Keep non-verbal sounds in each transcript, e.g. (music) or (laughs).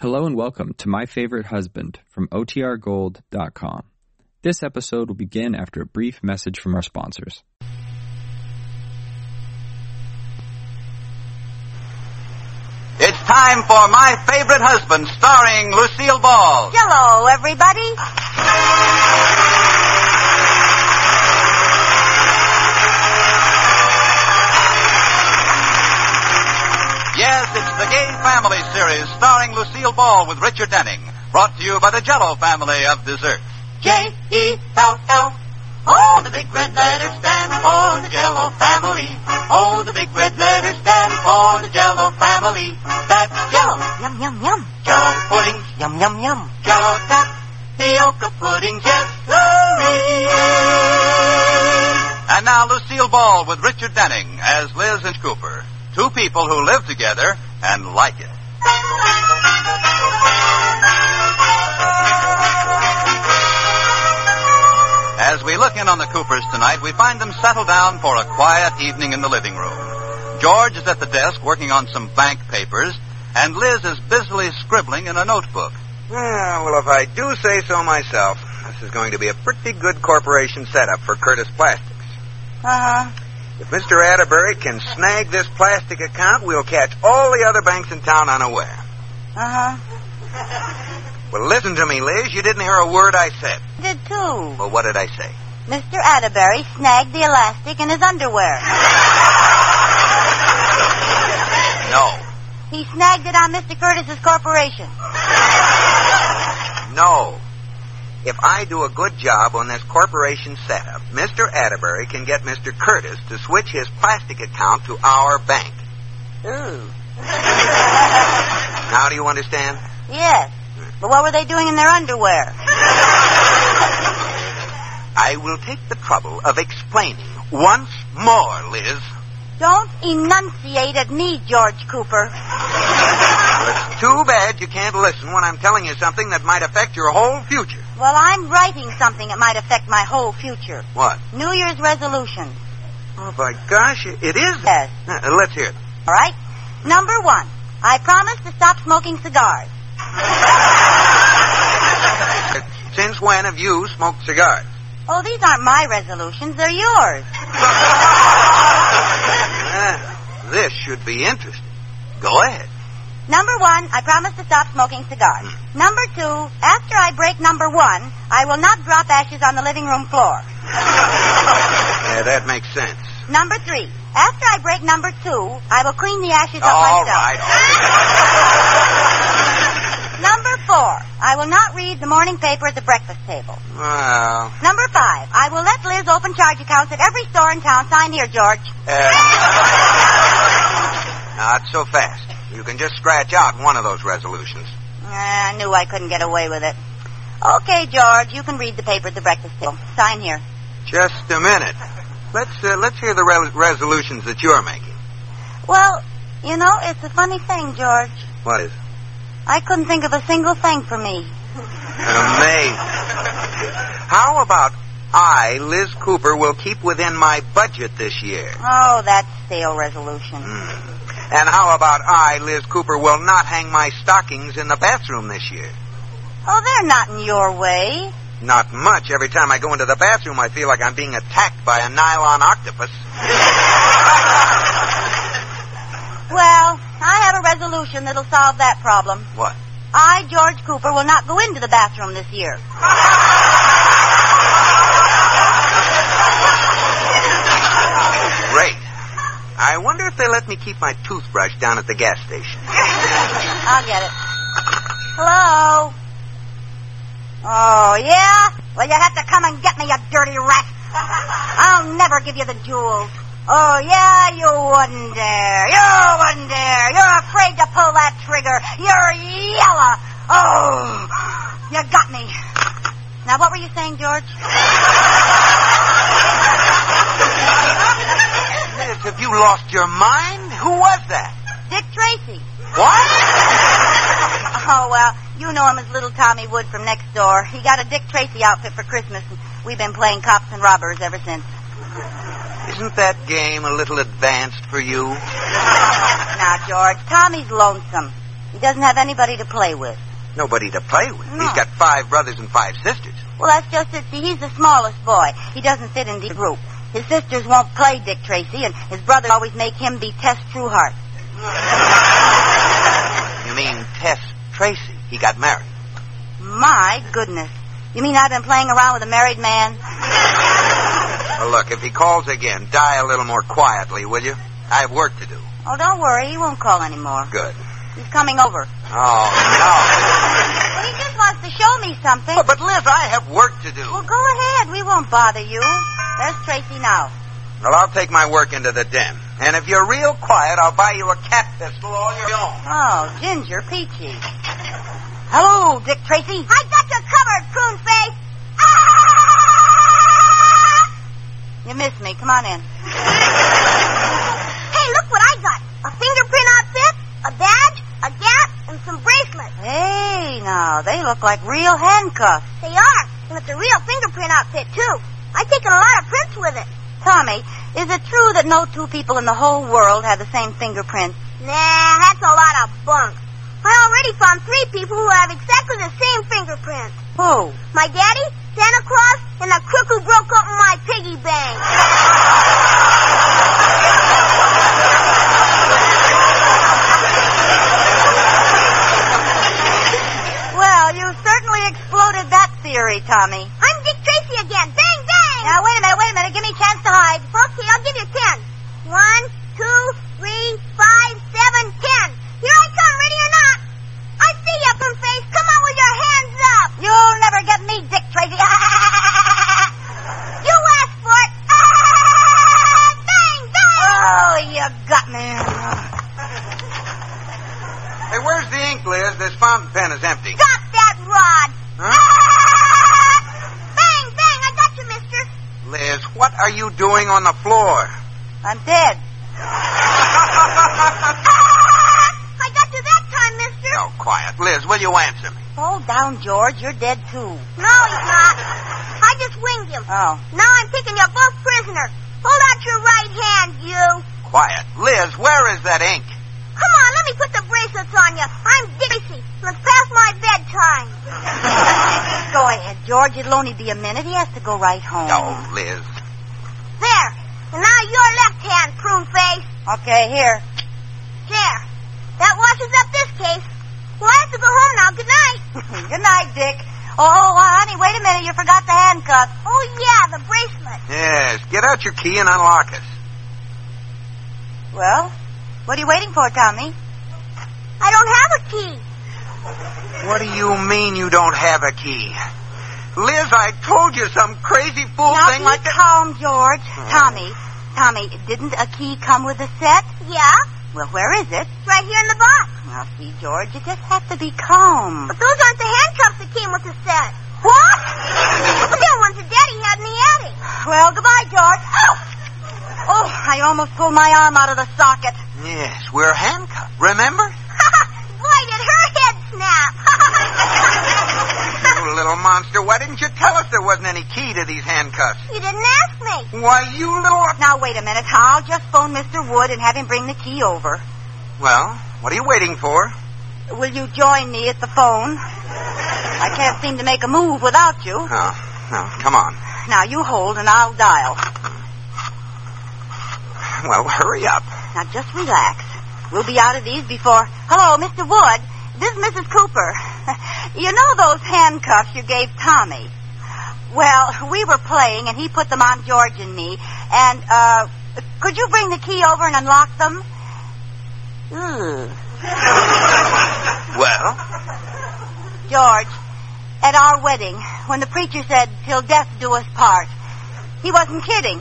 Hello and welcome to My Favorite Husband from OTRGold.com. This episode will begin after a brief message from our sponsors. It's time for My Favorite Husband, starring Lucille Ball. Hello, everybody. Yes, it's the Gay Family series, starring Lucille Ball with Richard Denning. Brought to you by the Jello family of desserts. J E L L. Oh, the big red letters stand for the Jello family. Oh, the big red letters stand for the Jello family. That's Jello. Yum yum yum. Jello pudding. Yum yum yum. Jello tapioca pudding. Yes, sirree. And now Lucille Ball with Richard Denning as Liz and Cooper, two people who live together and like it. As we look in on the Coopers tonight, we find them settled down for a quiet evening in the living room. George is at the desk working on some bank papers, and Liz is busily scribbling in a notebook. Yeah, Ah, well, if I do say so myself, this is going to be a pretty good corporation setup for Curtis Plastics. Uh huh. If Mr. Atterbury can snag this plastic account, we'll catch all the other banks in town unaware. Uh huh. Well, listen to me, Liz. You didn't hear a word I said. Did too. Well, what did I say? Mr. Atterbury snagged the elastic in his underwear. No. He snagged it on Mr. Curtis's corporation. No. If I do a good job on this corporation setup, Mr. Atterbury can get Mr. Curtis to switch his plastic account to our bank. Ooh. Now do you understand? Yes. But what were they doing in their underwear? I will take the trouble of explaining once more, Liz. Don't enunciate at me, George Cooper. It's too bad you can't listen when I'm telling you something that might affect your whole future. Well, I'm writing something that might affect my whole future. What? New Year's resolution. Oh, by gosh, it it is. Yes. Uh, let's hear it. All right? Number one, I promise to stop smoking cigars. Uh, Since when have you smoked cigars? Oh, these aren't my resolutions. They're yours. Ah, this should be interesting. Go ahead. Number one, I promise to stop smoking cigars. Number two, after I break number one, I will not drop ashes on the living room floor. Yeah, Uh, that makes sense. Number three, after I break number two, I will clean the ashes up All myself. right. all right. Number four, I will not read the morning paper at the breakfast table. Well, Number five, I will let Liz open charge accounts at every store in town. Sign here, George. uh, not so fast. You can just scratch out one of those resolutions. Ah, I knew I couldn't get away with it. Okay, George, you can read the paper at the breakfast table. Sign here. Just a minute. Let's uh, let's hear the re- resolutions that you're making. Well, you know, it's a funny thing, George. What is it? I couldn't think of a single thing for me. Amazing. How about I, Liz Cooper, will keep within my budget this year? Oh, that stale resolution. Hmm. And how about I, Liz Cooper, will not hang my stockings in the bathroom this year? Oh, they're not in your way. Not much. Every time I go into the bathroom, I feel like I'm being attacked by a nylon octopus. Well, I have a resolution that'll solve that problem. What? I, George Cooper, will not go into the bathroom this year. Great. I wonder if they let me keep my toothbrush down at the gas station. I'll get it. Hello? Oh, yeah? Well, you have to come and get me, you dirty rat. I'll never give you the jewels. Oh, yeah, you wouldn't dare. You wouldn't dare. You're afraid to pull that trigger. You're yellow. Oh, you got me. Now, what were you saying, George? Liz, have you lost your mind? Who was that? Dick Tracy. What? Oh, well, you know him as Little Tommy Wood from next door. He got a Dick Tracy outfit for Christmas, and we've been playing cops and robbers ever since. Isn't that game a little advanced for you? Now, George, Tommy's lonesome. He doesn't have anybody to play with. Nobody to play with. No. He's got five brothers and five sisters. Well, that's just it. See, he's the smallest boy. He doesn't fit in the group. His sisters won't play Dick Tracy, and his brother always make him be Tess Trueheart. You mean Tess Tracy? He got married. My goodness. You mean I've been playing around with a married man? Well, look, if he calls again, die a little more quietly, will you? I have work to do. Oh, don't worry. He won't call anymore. Good. He's coming over. Oh, Well, he just wants to show me something. no. Oh, but Liz, I have work to do. Well, go ahead. We won't bother you. There's Tracy now. Well, I'll take my work into the den. And if you're real quiet, I'll buy you a cat pistol all your own. Oh, Ginger Peachy. Hello, Dick Tracy. I got you covered, prune face. Ah! You missed me. Come on in. Hey, look what I got. A fingerprint outfit, a badge, a gap, and some bracelets. Hey, now, they look like real handcuffs. They are, and it's a real fingerprint outfit, too. I've taken a lot of prints with it. Tommy, is it true that no two people in the whole world have the same fingerprints? Nah, that's a lot of bunk. I already found three people who have exactly the same fingerprint. Who? My daddy, Santa Claus, and the crook who broke up my piggy bank. Well, you certainly exploded that theory, Tommy. I'm Dick Tracy again. Bang, bang! Now, wait a minute, wait a minute. Give me a chance to hide. Okay, I'll give you ten. One, two, three, five, seven, ten. Here I come, ready or not. I see you, Plum Face. Come on with your hands up. You'll never get me, Dick Tracy. (laughs) You asked for it. (laughs) Bang, bang. Oh, you got me. Hey, where's the ink, Liz? This fountain pen is empty. Stop that rod. (laughs) Bang, bang. I got you, mister. Liz, what are you doing on the floor? (laughs) I'm dead. (laughs) I got you that time, mister. No, quiet. Liz, will you answer me? Hold down, George. You're dead, too. No, he's not. I just winged him. Oh. Now I'm taking you both prisoner. Hold out your right hand, you. Quiet. Liz, where is that ink? Come on, let me put the bracelets on you. I'm Dixie. It's past my bedtime. (laughs) Go ahead, George. It'll only be a minute. He has to go right home. No, Liz. There. And now your left hand, prune face. Okay, here. There. That washes up this case. Well, I have to go home now. Good night. (laughs) Good night, Dick. Oh, honey, wait a minute. You forgot the handcuffs. Oh, yeah, the bracelet. Yes, get out your key and unlock us. Well, what are you waiting for, Tommy? I don't have a key. What do you mean you don't have a key? Liz, I told you some crazy fool now, thing be like that. calm, George. Tommy, Tommy, didn't a key come with a set? Yeah? Well, where is it? Right here in the box. Now, see, George, you just have to be calm. But those aren't the handcuffs that came with the set. What? They're ones that Daddy had in the attic. Well, goodbye, George. Oh, oh I almost pulled my arm out of the socket. Yes, we're handcuffed. Remember? (laughs) Boy, did her head snap. You little monster, why didn't you tell us there wasn't any key to these handcuffs? (laughs) you didn't ask me. Why, you little... Now, wait a minute. I'll just phone Mr. Wood and have him bring the key over. Well, what are you waiting for? Will you join me at the phone? I can't seem to make a move without you. Oh, no, come on. Now, you hold and I'll dial. Well, hurry up. Now, just relax. We'll be out of these before. Hello, Mr. Wood. This is Mrs. Cooper. (laughs) You know those handcuffs you gave Tommy? Well, we were playing, and he put them on George and me. And, uh, could you bring the key over and unlock them? Ooh. Well? George, at our wedding, when the preacher said, Till death do us part, he wasn't kidding.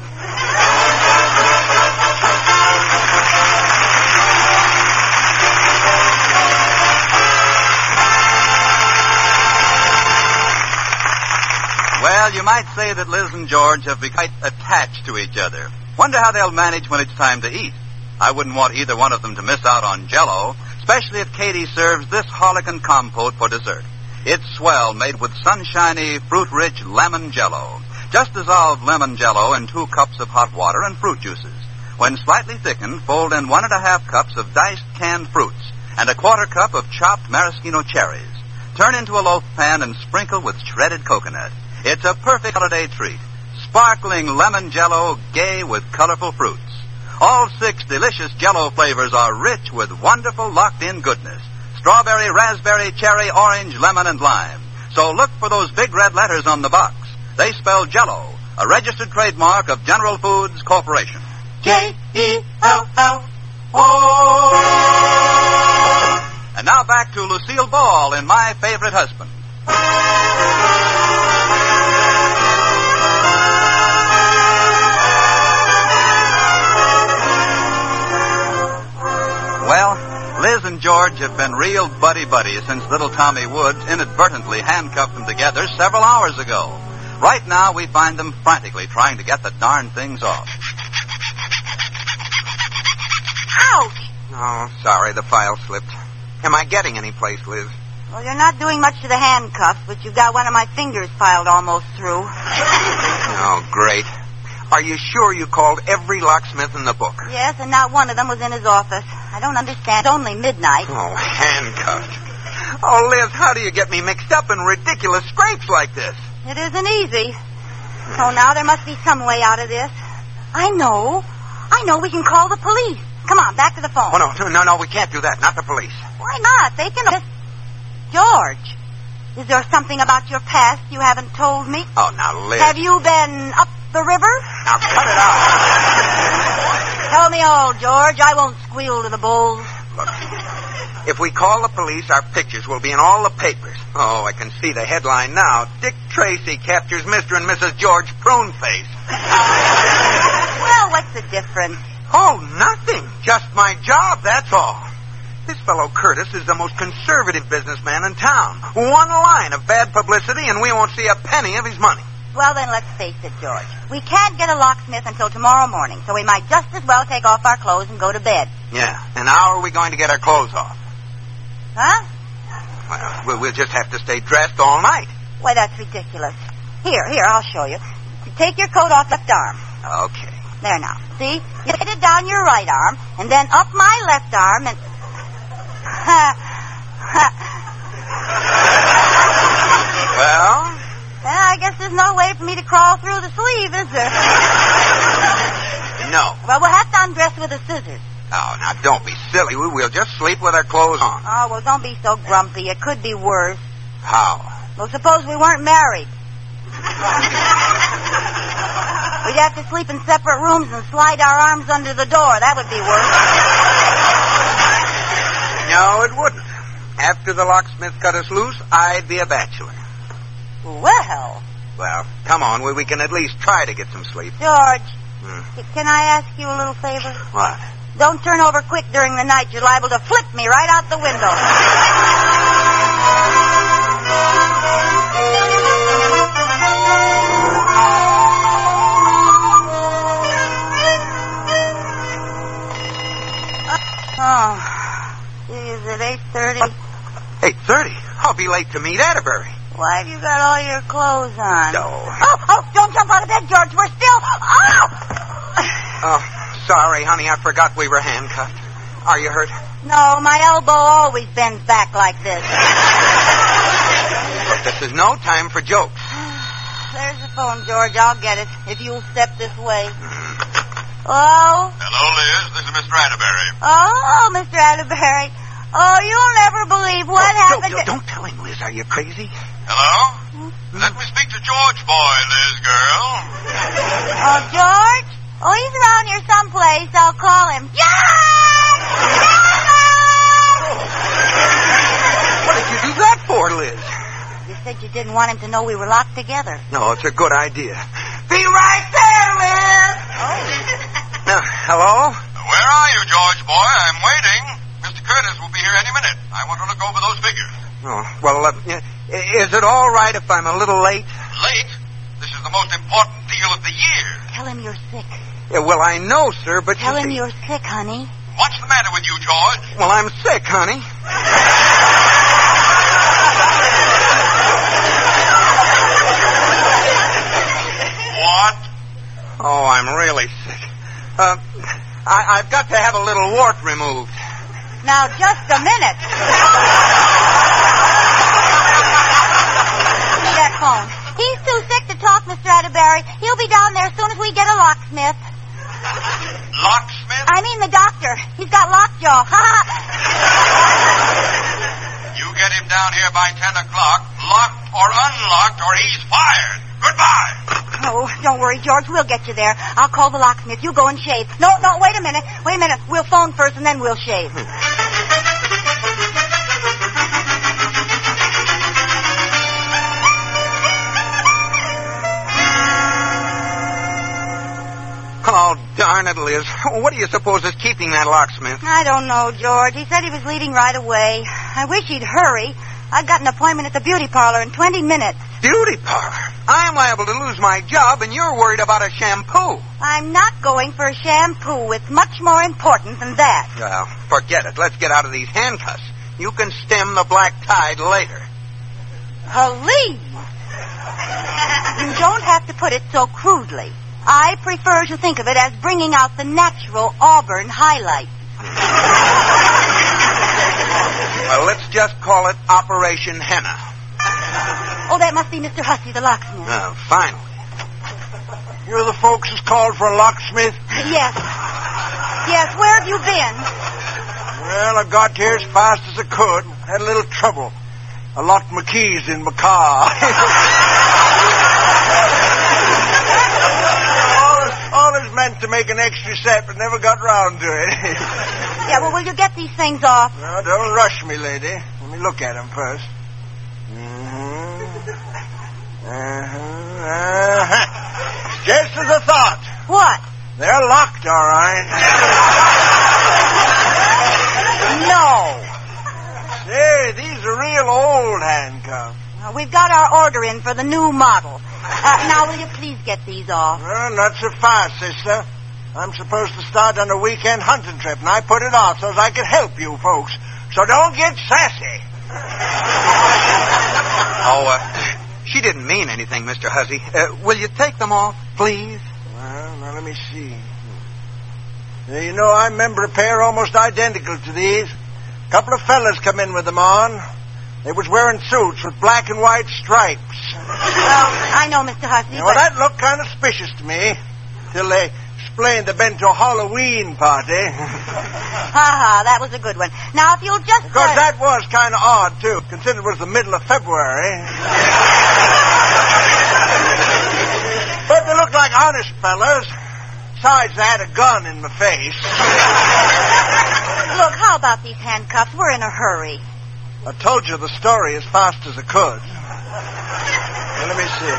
Well, you might say that Liz and George have become quite attached to each other. Wonder how they'll manage when it's time to eat. I wouldn't want either one of them to miss out on Jello, especially if Katie serves this harlequin compote for dessert. It's swell, made with sunshiny, fruit-rich lemon Jello. Just dissolve lemon Jello in two cups of hot water and fruit juices. When slightly thickened, fold in one and a half cups of diced canned fruits. and a quarter cup of chopped maraschino cherries. Turn into a loaf pan and sprinkle with shredded coconut. It's a perfect holiday treat. Sparkling lemon jello, gay with colorful fruits. All six delicious jello flavors are rich with wonderful locked in goodness strawberry, raspberry, cherry, orange, lemon, and lime. So look for those big red letters on the box. They spell jello, a registered trademark of General Foods Corporation. J E L L. And now back to Lucille Ball in My Favorite Husband. Well, Liz and George have been real buddy buddies since little Tommy Woods inadvertently handcuffed them together several hours ago. Right now, we find them frantically trying to get the darn things off. Ouch! Oh, sorry, the file slipped. Am I getting any place, Liz? Well, you're not doing much to the handcuffs, but you've got one of my fingers filed almost through. Oh, great. Are you sure you called every locksmith in the book? Yes, and not one of them was in his office. I don't understand. It's only midnight. Oh, handcuffed. Oh, Liz, how do you get me mixed up in ridiculous scrapes like this? It isn't easy. So now there must be some way out of this. I know. I know we can call the police. Come on, back to the phone. Oh, no, no, no, no, we can't do that. Not the police. Why not? They can. Just... George, is there something about your past you haven't told me? Oh, now, Liz. Have you been up the river? Now, cut it out. Tell me all, George. I won't squeal to the bulls. Look, if we call the police, our pictures will be in all the papers. Oh, I can see the headline now. Dick Tracy captures Mr. and Mrs. George Pruneface. Well, what's the difference? Oh, nothing. Just my job, that's all. This fellow Curtis is the most conservative businessman in town. One line of bad publicity, and we won't see a penny of his money. Well, then let's face it, George. We can't get a locksmith until tomorrow morning, so we might just as well take off our clothes and go to bed. Yeah, and how are we going to get our clothes off? Huh? Well, we- we'll just have to stay dressed all night. Why, that's ridiculous. Here, here, I'll show you. Take your coat off left arm. Okay. There now. See? You hit it down your right arm, and then up my left arm, and. (laughs) Well, Well, I guess there's no way for me to crawl through the sleeve, is there? no. Well, we'll have to undress with the scissors. Oh, now don't be silly. We- We'll just sleep with our clothes on. Oh, well, don't be so grumpy. It could be worse. How? Well, suppose we weren't married. We'd have to sleep in separate rooms and slide our arms under the door. That would be worse. No, it wouldn't. After the locksmith cut us loose, I'd be a bachelor. Well, Well, come on. We, we can at least try to get some sleep. George, Hmm. c- can I ask you a little favor? What? Don't turn over quick during the night. You're liable to flip me right out the window. Oh, is it 8.30? 8.30. I'll be late to meet Atterbury. Why have you got all your clothes on? No. Oh, oh, don't jump out of bed, George. We're still... Oh! (sighs) Oh, sorry, honey. I forgot we were handcuffed. Are you hurt? No, my elbow always bends back like this. Look, this is no time for jokes. (sighs) There's the phone, George. I'll get it if you'll step this way. Mm. Oh, Hello, Liz. This is Mr. Atterbury. oh, Mr. Atterbury. Oh, you'll never believe what Oh, Don't, happened. to- Hmm? don't tell him, Liz. Are you crazy? Hello? Let me speak to George Boy, Liz girl. Oh, George? Oh, he's around here someplace. I'll call him. George! George! What did you do that for, Liz? You said you didn't want him to know we were locked together. No, it's a good idea. Be Right there, Liz. Now, hello? Where are you, George Boy? I'm waiting. Mr. Curtis will be here any minute. I want to look over those figures. Oh, well, uh, i- is it all right if I'm a little late? Late? This is the most important deal of the year. Tell him you're sick. Yeah, Uh, well, I know, sir, but Tell you him see- you're sick, honey. What's the matter with you, George? Well, I'm sick, honey. What? Oh, I'm really sick. Uh, I, I've got to have a little wart removed. Now, just a minute. Give me that phone. He's too sick to talk, Mr. Atterbury. He'll be down there as soon as we get a locksmith. Locksmith? I mean the doctor. He's got lockjaw. You get him down here by 10 o'clock, locked or unlocked, or he's fired. Goodbye. Oh, don't worry, George. We'll get you there. I'll call the locksmith. You go and shave. No, no, wait a minute. Wait a minute. We'll phone first and then we'll shave. Oh, darn it, Liz. What do you suppose is keeping that locksmith? I don't know, George. He said he was leaving right away. I wish he'd hurry. I've got an appointment at the beauty parlor in 20 minutes. Beauty parlor. I'm liable to lose my job, and you're worried about a shampoo. I'm not going for a shampoo. It's much more important than that. Well, forget it. Let's get out of these handcuffs. You can stem the black tide later. Police! you don't have to put it so crudely. I prefer to think of it as bringing out the natural auburn highlight. Well, let's just call it Operation Henna. Oh, that must be Mr. Hussey, the locksmith. (laughs) Oh, finally. You're the folks who's called for a locksmith? Yes. Yes, where have you been? Well, I got here as fast as I could. Had a little trouble. I locked my keys in my car. (laughs) Always meant to make an extra set, but never got round to it. (laughs) Yeah, well, will you get these things off? Now, don't rush me, lady. Let me look at 'em first. Mm-hmm. Uh-huh. Uh-huh. Just as I thought. What? They're locked, all right. No. Say, these are real old handcuffs. Uh, We've got our order in for the new model. Uh, now, will you please get these off? Well, not so fast, sister. I'm supposed to start on a weekend hunting trip, and I put it off so that I could help you folks. So don't get sassy. (laughs) oh, uh, she didn't mean anything, Mr. Hussey. Uh, will you take them off, please? Well, now let me see. Now, you know, I remember a pair almost identical to these. A couple of fellas come in with them on. They was wearing suits with black and white stripes. Well, I know, Mr. Hussey, Now, but... well, that looked kind of suspicious to me. Till they explained they'd been to a Halloween party. (laughs) Ha ha, that was a good one. Now, if you'll just... Because uh, that was kind of odd, too, considering it was the middle of February. (laughs) but they looked like honest fellas. Besides, they had a gun in my face. Look, how about these handcuffs? We're in a hurry. I told you the story as fast as I could. Now, let me see.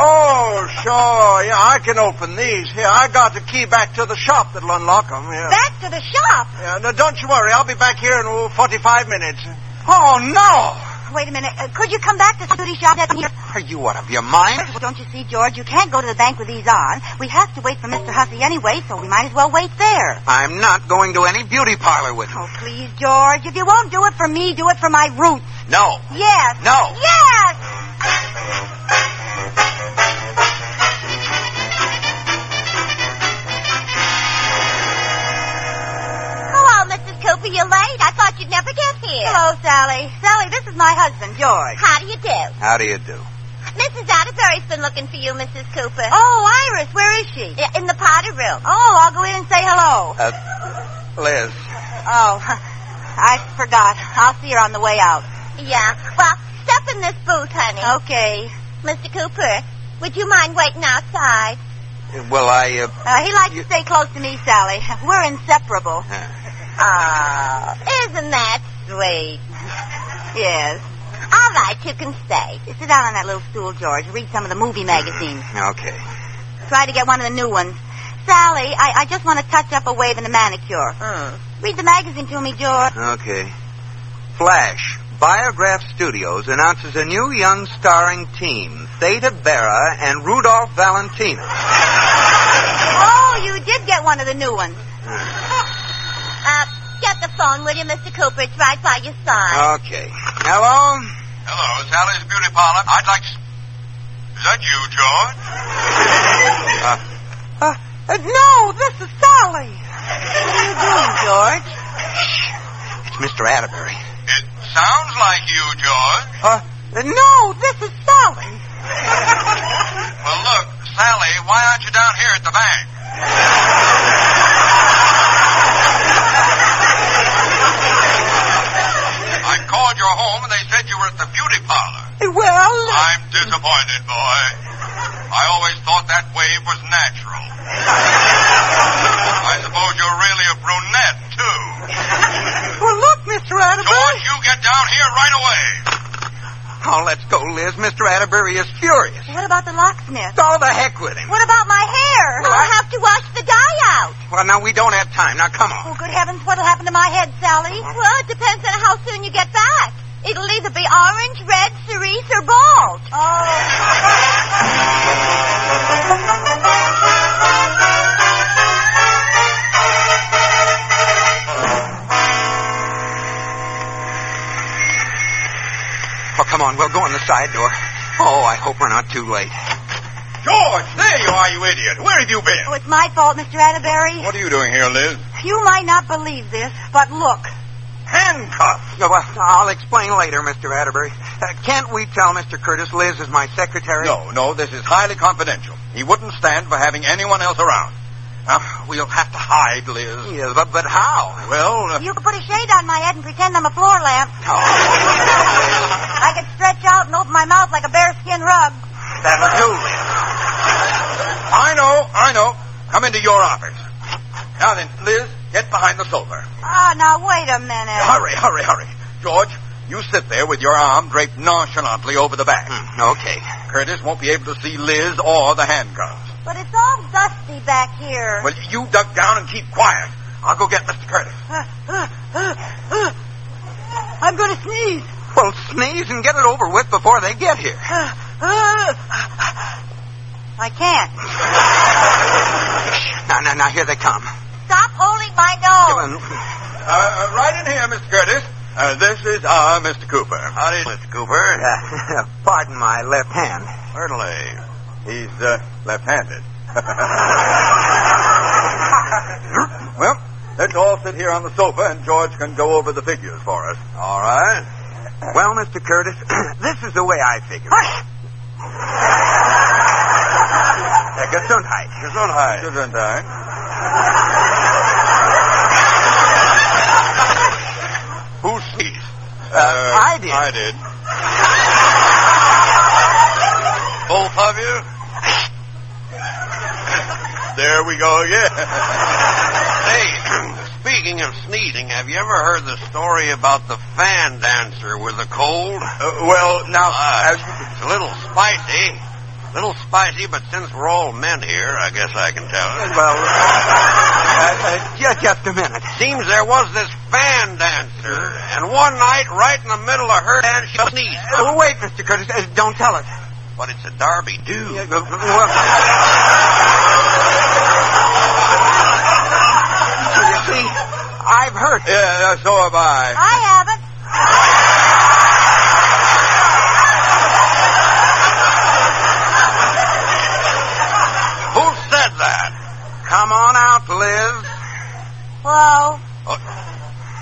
Oh, sure. Yeah, I can open these. Here, I got the key back to the shop that'll unlock them. Yeah. Back to the shop. Yeah, no, don't you worry. I'll be back here in oh, 45 minutes. Oh, no! Wait a minute. Uh, could you come back to the beauty shop? Let me- Are you out of your mind? Well, don't you see, George? You can't go to the bank with these on. We have to wait for Mr. Hussey anyway, so we might as well wait there. I'm not going to any beauty parlor with you. Oh, please, George. If you won't do it for me, do it for my roots. No. Yes. No. Yes. Hello, Mrs. Cooper. You're late. I thought you'd never get here. Hello, Sally. Sally, this is my husband, George. How do you do? How do you do? Mrs. Atterbury's been looking for you, Mrs. Cooper. Oh, Iris, where is she? Yeah, In the powder room. Oh, I'll go in and say hello. Uh, Liz. Oh, (laughs) I forgot. I'll see her on the way out. Yeah. Well, step in this booth, honey. Okay. Mr. Cooper, would you mind waiting outside? Well, I, uh... Uh, he likes You- to stay close to me, Sally. We're inseparable. Uh, Oh, isn't that sweet? Yes. All right, you can stay. Sit down on that little stool, George. Read some of the movie magazines. uh, Okay. Try to get one of the new ones. Sally, I, I just want to touch up a wave and a manicure. Hmm. Read the magazine to me, George. Okay. Flash. Biograph Studios announces a new young starring team, Theta Bera and Rudolph Valentino. Oh, you did get one of the new ones. Hmm. Uh, get the phone, will you, Mr. Cooper? It's right by your Uh, side. Okay. um, Hello? Hello, Sally's Beauty Parlor. I'd like to... Is that you, George? Uh, no, this is Sally. What are you doing, George? Mr. Atterbury. It sounds like you, George. Uh, no, this is Sally. (laughs) Well, look, Sally, why aren't you down here at the bank? I called your home and they said you were at the beauty parlor. Well, I'm disappointed, boy. I always thought that wave was natural. I suppose you're really a brunette, too. well, look, Mr. George, you get down here right away. Oh, let's go, Liz. Mr. Atterbury is furious. What about the locksmith? All the heck with him. What about my hair? Well, I- I'll have to wash the dye out. Well, now we don't have time. Now come on. Oh, good heavens, what'll happen to my head, Sally? Well, it depends on how soon you get back. It'll either be orange, red, cerise, or bald. Oh, Oh, come on. We'll go in the side door. Oh, I hope we're not too late. George, there you are, you idiot. Where have you been? Oh, it's my fault, Mr. Atterbury. What are you doing here, Liz? You might not believe this, but look. Handcuffs. No, Uh, well, I'll explain later, Mr. Atterbury. Uh, can't we tell Mr. Curtis Liz is my secretary? No, no, this is highly confidential. He wouldn't stand for having anyone else around. Now, we'll have to hide, Liz. Yes, but, but how? Well, uh, You could put a shade on my head and pretend I'm a floor lamp. I could stretch out and open my mouth like a bearskin rug. That'll do, Liz. I know, I know. Come into your office. Now then, Liz, get behind the sofa. Ah, now wait a minute. Hurry, hurry, hurry. George, you sit there with your arm draped nonchalantly over the back. Hmm, okay. Curtis won't be able to see Liz or the handcuffs. But it's all dusty back here. Well, you duck down and keep quiet. I'll go get Mr. Curtis. I'm going to sneeze. Well, sneeze and get it over with before they get here. (gasps) I can't. Now, now, now, here they come. Stop holding my nose. Uh, uh, right in here, Mr. Curtis. Uh, this is our Mr. Cooper. Howdy, Mr. Cooper. Uh, (laughs) pardon my left hand. Certainly. He's uh, (laughs) left-handed. well, let's all sit here on the sofa, and George can go over the figures for us. All right. Well, Mr. Curtis, (clears throat) this is the way I figure. Hush! Uh, Gesundheit. Gesundheit. Gesundheit. Who sneezed? Uh, I did. I did. Both of you? There we go again. Hey, (clears throat) speaking of sneezing, have you ever heard the story about the fan dancer with a cold? Uh, well, now, it's a little spicy. little spicy, but since we're all men here, I guess I can tell it. Well, uh, uh, just, just a minute. Seems there was this fan dancer, and one night, right in the middle of her dance, she Uh, sneezed. wait, Mr. Curtis, uh, don't tell us. But it's a Darby do. Yeah, uh, well- (laughs) you see, I've heard. Yeah, so have I. I haven't. (laughs) Who said that? Come on out, Liz. Whoa. Oh,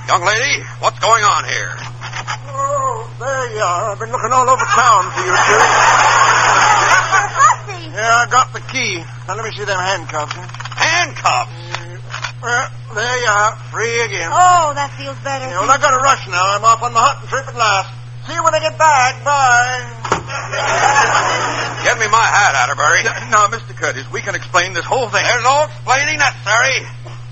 young lady, what's going on here? Oh, there you are. I've been looking all over town for you two. Mr. Hussey. Yeah, I got the key. Now, let me see them handcuffs. Handcuffs. Well, there you are. Free again. Oh, that feels better. Yeah, well, I got to rush now. I'm off on the hunting trip at last. See you when I get back. Bye. Get me my hat, Atterbury. Now, Mr. Curtis, we can explain this whole thing. There's no explaining necessary.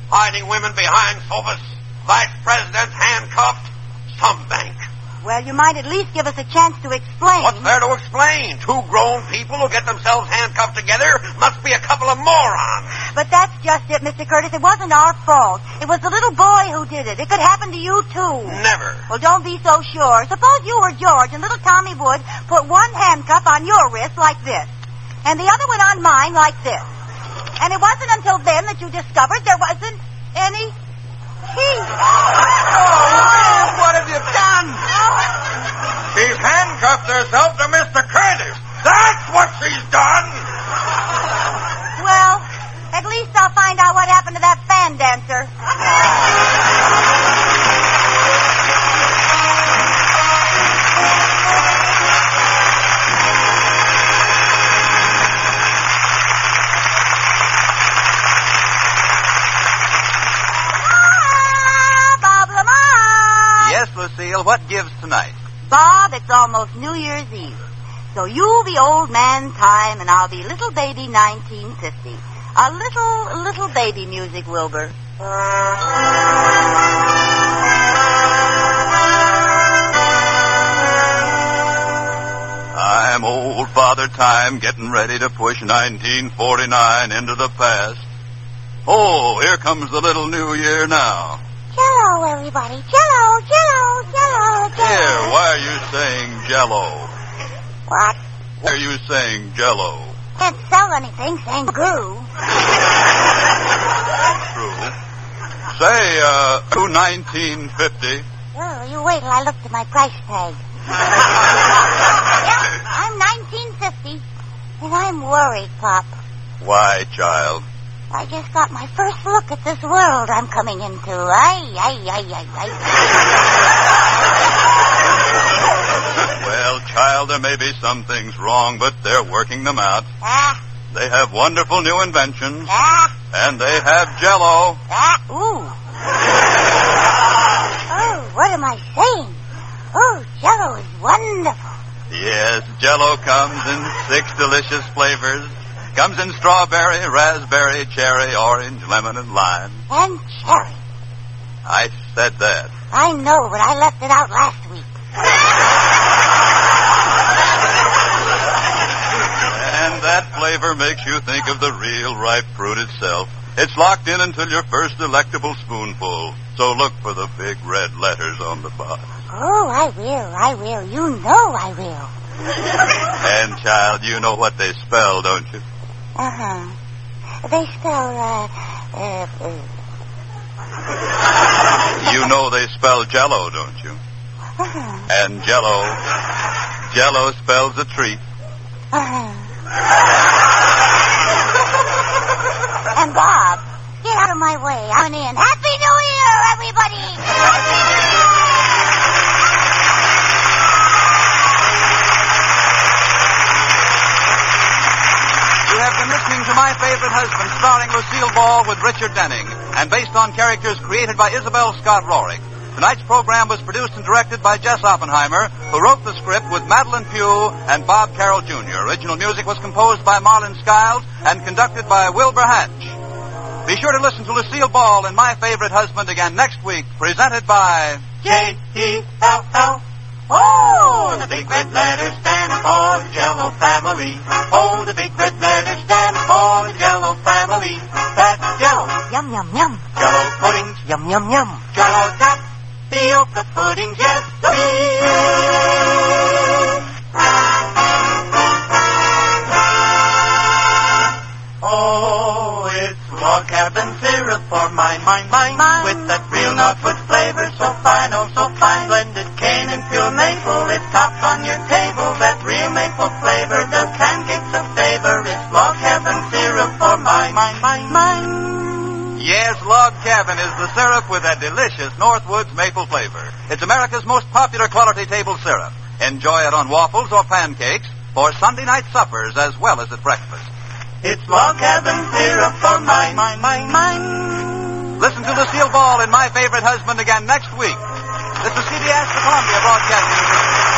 Hiding women behind sofas, vice president handcuffed, some bank. Well, you might at least give us a chance to explain. What's there to explain? Two grown people who get themselves handcuffed together must be a couple of morons. But that's just it, Mr. Curtis. It wasn't our fault. It was the little boy who did it. It could happen to you, too. Never. Well, don't be so sure. Suppose you were George and little Tommy Wood put one handcuff on your wrist like this, and the other one on mine like this. And it wasn't until then that you discovered there wasn't any key. What have you done? She's handcuffed herself to Mr. Curtis. That's what she's done. Well, at least I'll find out what happened to that fan dancer. what gives tonight? Bob, it's almost New Year's Eve. So you'll be old man time and I'll be little baby 1950. A little, little baby music, Wilbur. I'm old Father Time getting ready to push 1949 into the past. Oh, here comes the little new year now. Jello, everybody. Jello, jello, jello, Here, why are you saying jello? What? Why are you saying jello? Can't sell anything saying goo. True. Say, uh, 1950. Well, you wait till I look at my price tag. yeah, I'm 1950, and I'm worried, Pop. Why, child? I just got my first look at this world I'm coming into. Ay, ay, ay, ay, ay. Well, child, there may be some things wrong, but they're working them out. Ah, They have wonderful new inventions, ah, and they have jello. ah, ooh. Oh, what am I saying? Oh, Jello is wonderful. Yes, jello comes in six delicious flavors. Comes in strawberry, raspberry, cherry, orange, lemon, and lime. And cherry. I said that. I know, but I left it out last week. And that flavor makes you think of the real ripe fruit itself. It's locked in until your first delectable spoonful. So look for the big red letters on the box. Oh, I will, I will. You know I will. And child, you know what they spell, don't you? Uh-huh. They spell, uh, uh, uh, You know they spell jello, don't you? uh-huh, And jello, jello spells a treat. uh-huh. and Bob, get out of my way. I'm an in. Happy New Year, everybody! Happy New You have been listening to My Favorite Husband, starring Lucille Ball with Richard Denning, and based on characters created by Isabel Scott Rorick. Tonight's program was produced and directed by Jess Oppenheimer, who wrote the script with Madeline Pugh and Bob Carroll Jr. Original music was composed by Marlon Skiles and conducted by Wilbur Hatch. Be sure to listen to Lucille Ball and My Favorite Husband again next week, presented by J-E-L-L. E Oh, the big red letters stand for the Jello family. Oh, the big red letters stand for the Jello family. That's Jello, Yum, yum, yum. Jello puddings, Yum, yum, yum. Jello top, tapioca puddings, yes, please. Oh, it's log cabin syrup for mine, mine, mine, Mine. with that real Northwood flavor, so fine, oh, so fine, blended cane and pure maple. It tops on your table that real maple flavor. The pancakes of flavor is log cabin syrup for mine, mine, mine, mine. Yes, Log Cabin is the syrup with a delicious Northwoods maple flavor. It's America's most popular quality table syrup. Enjoy it on waffles or pancakes for Sunday night suppers as well as at breakfast. It's Log Cabin syrup for mine, mine, mine, mine. Listen to Lucille Ball in My Favorite Husband again next week. This is CBS, the Columbia Broadcasting System.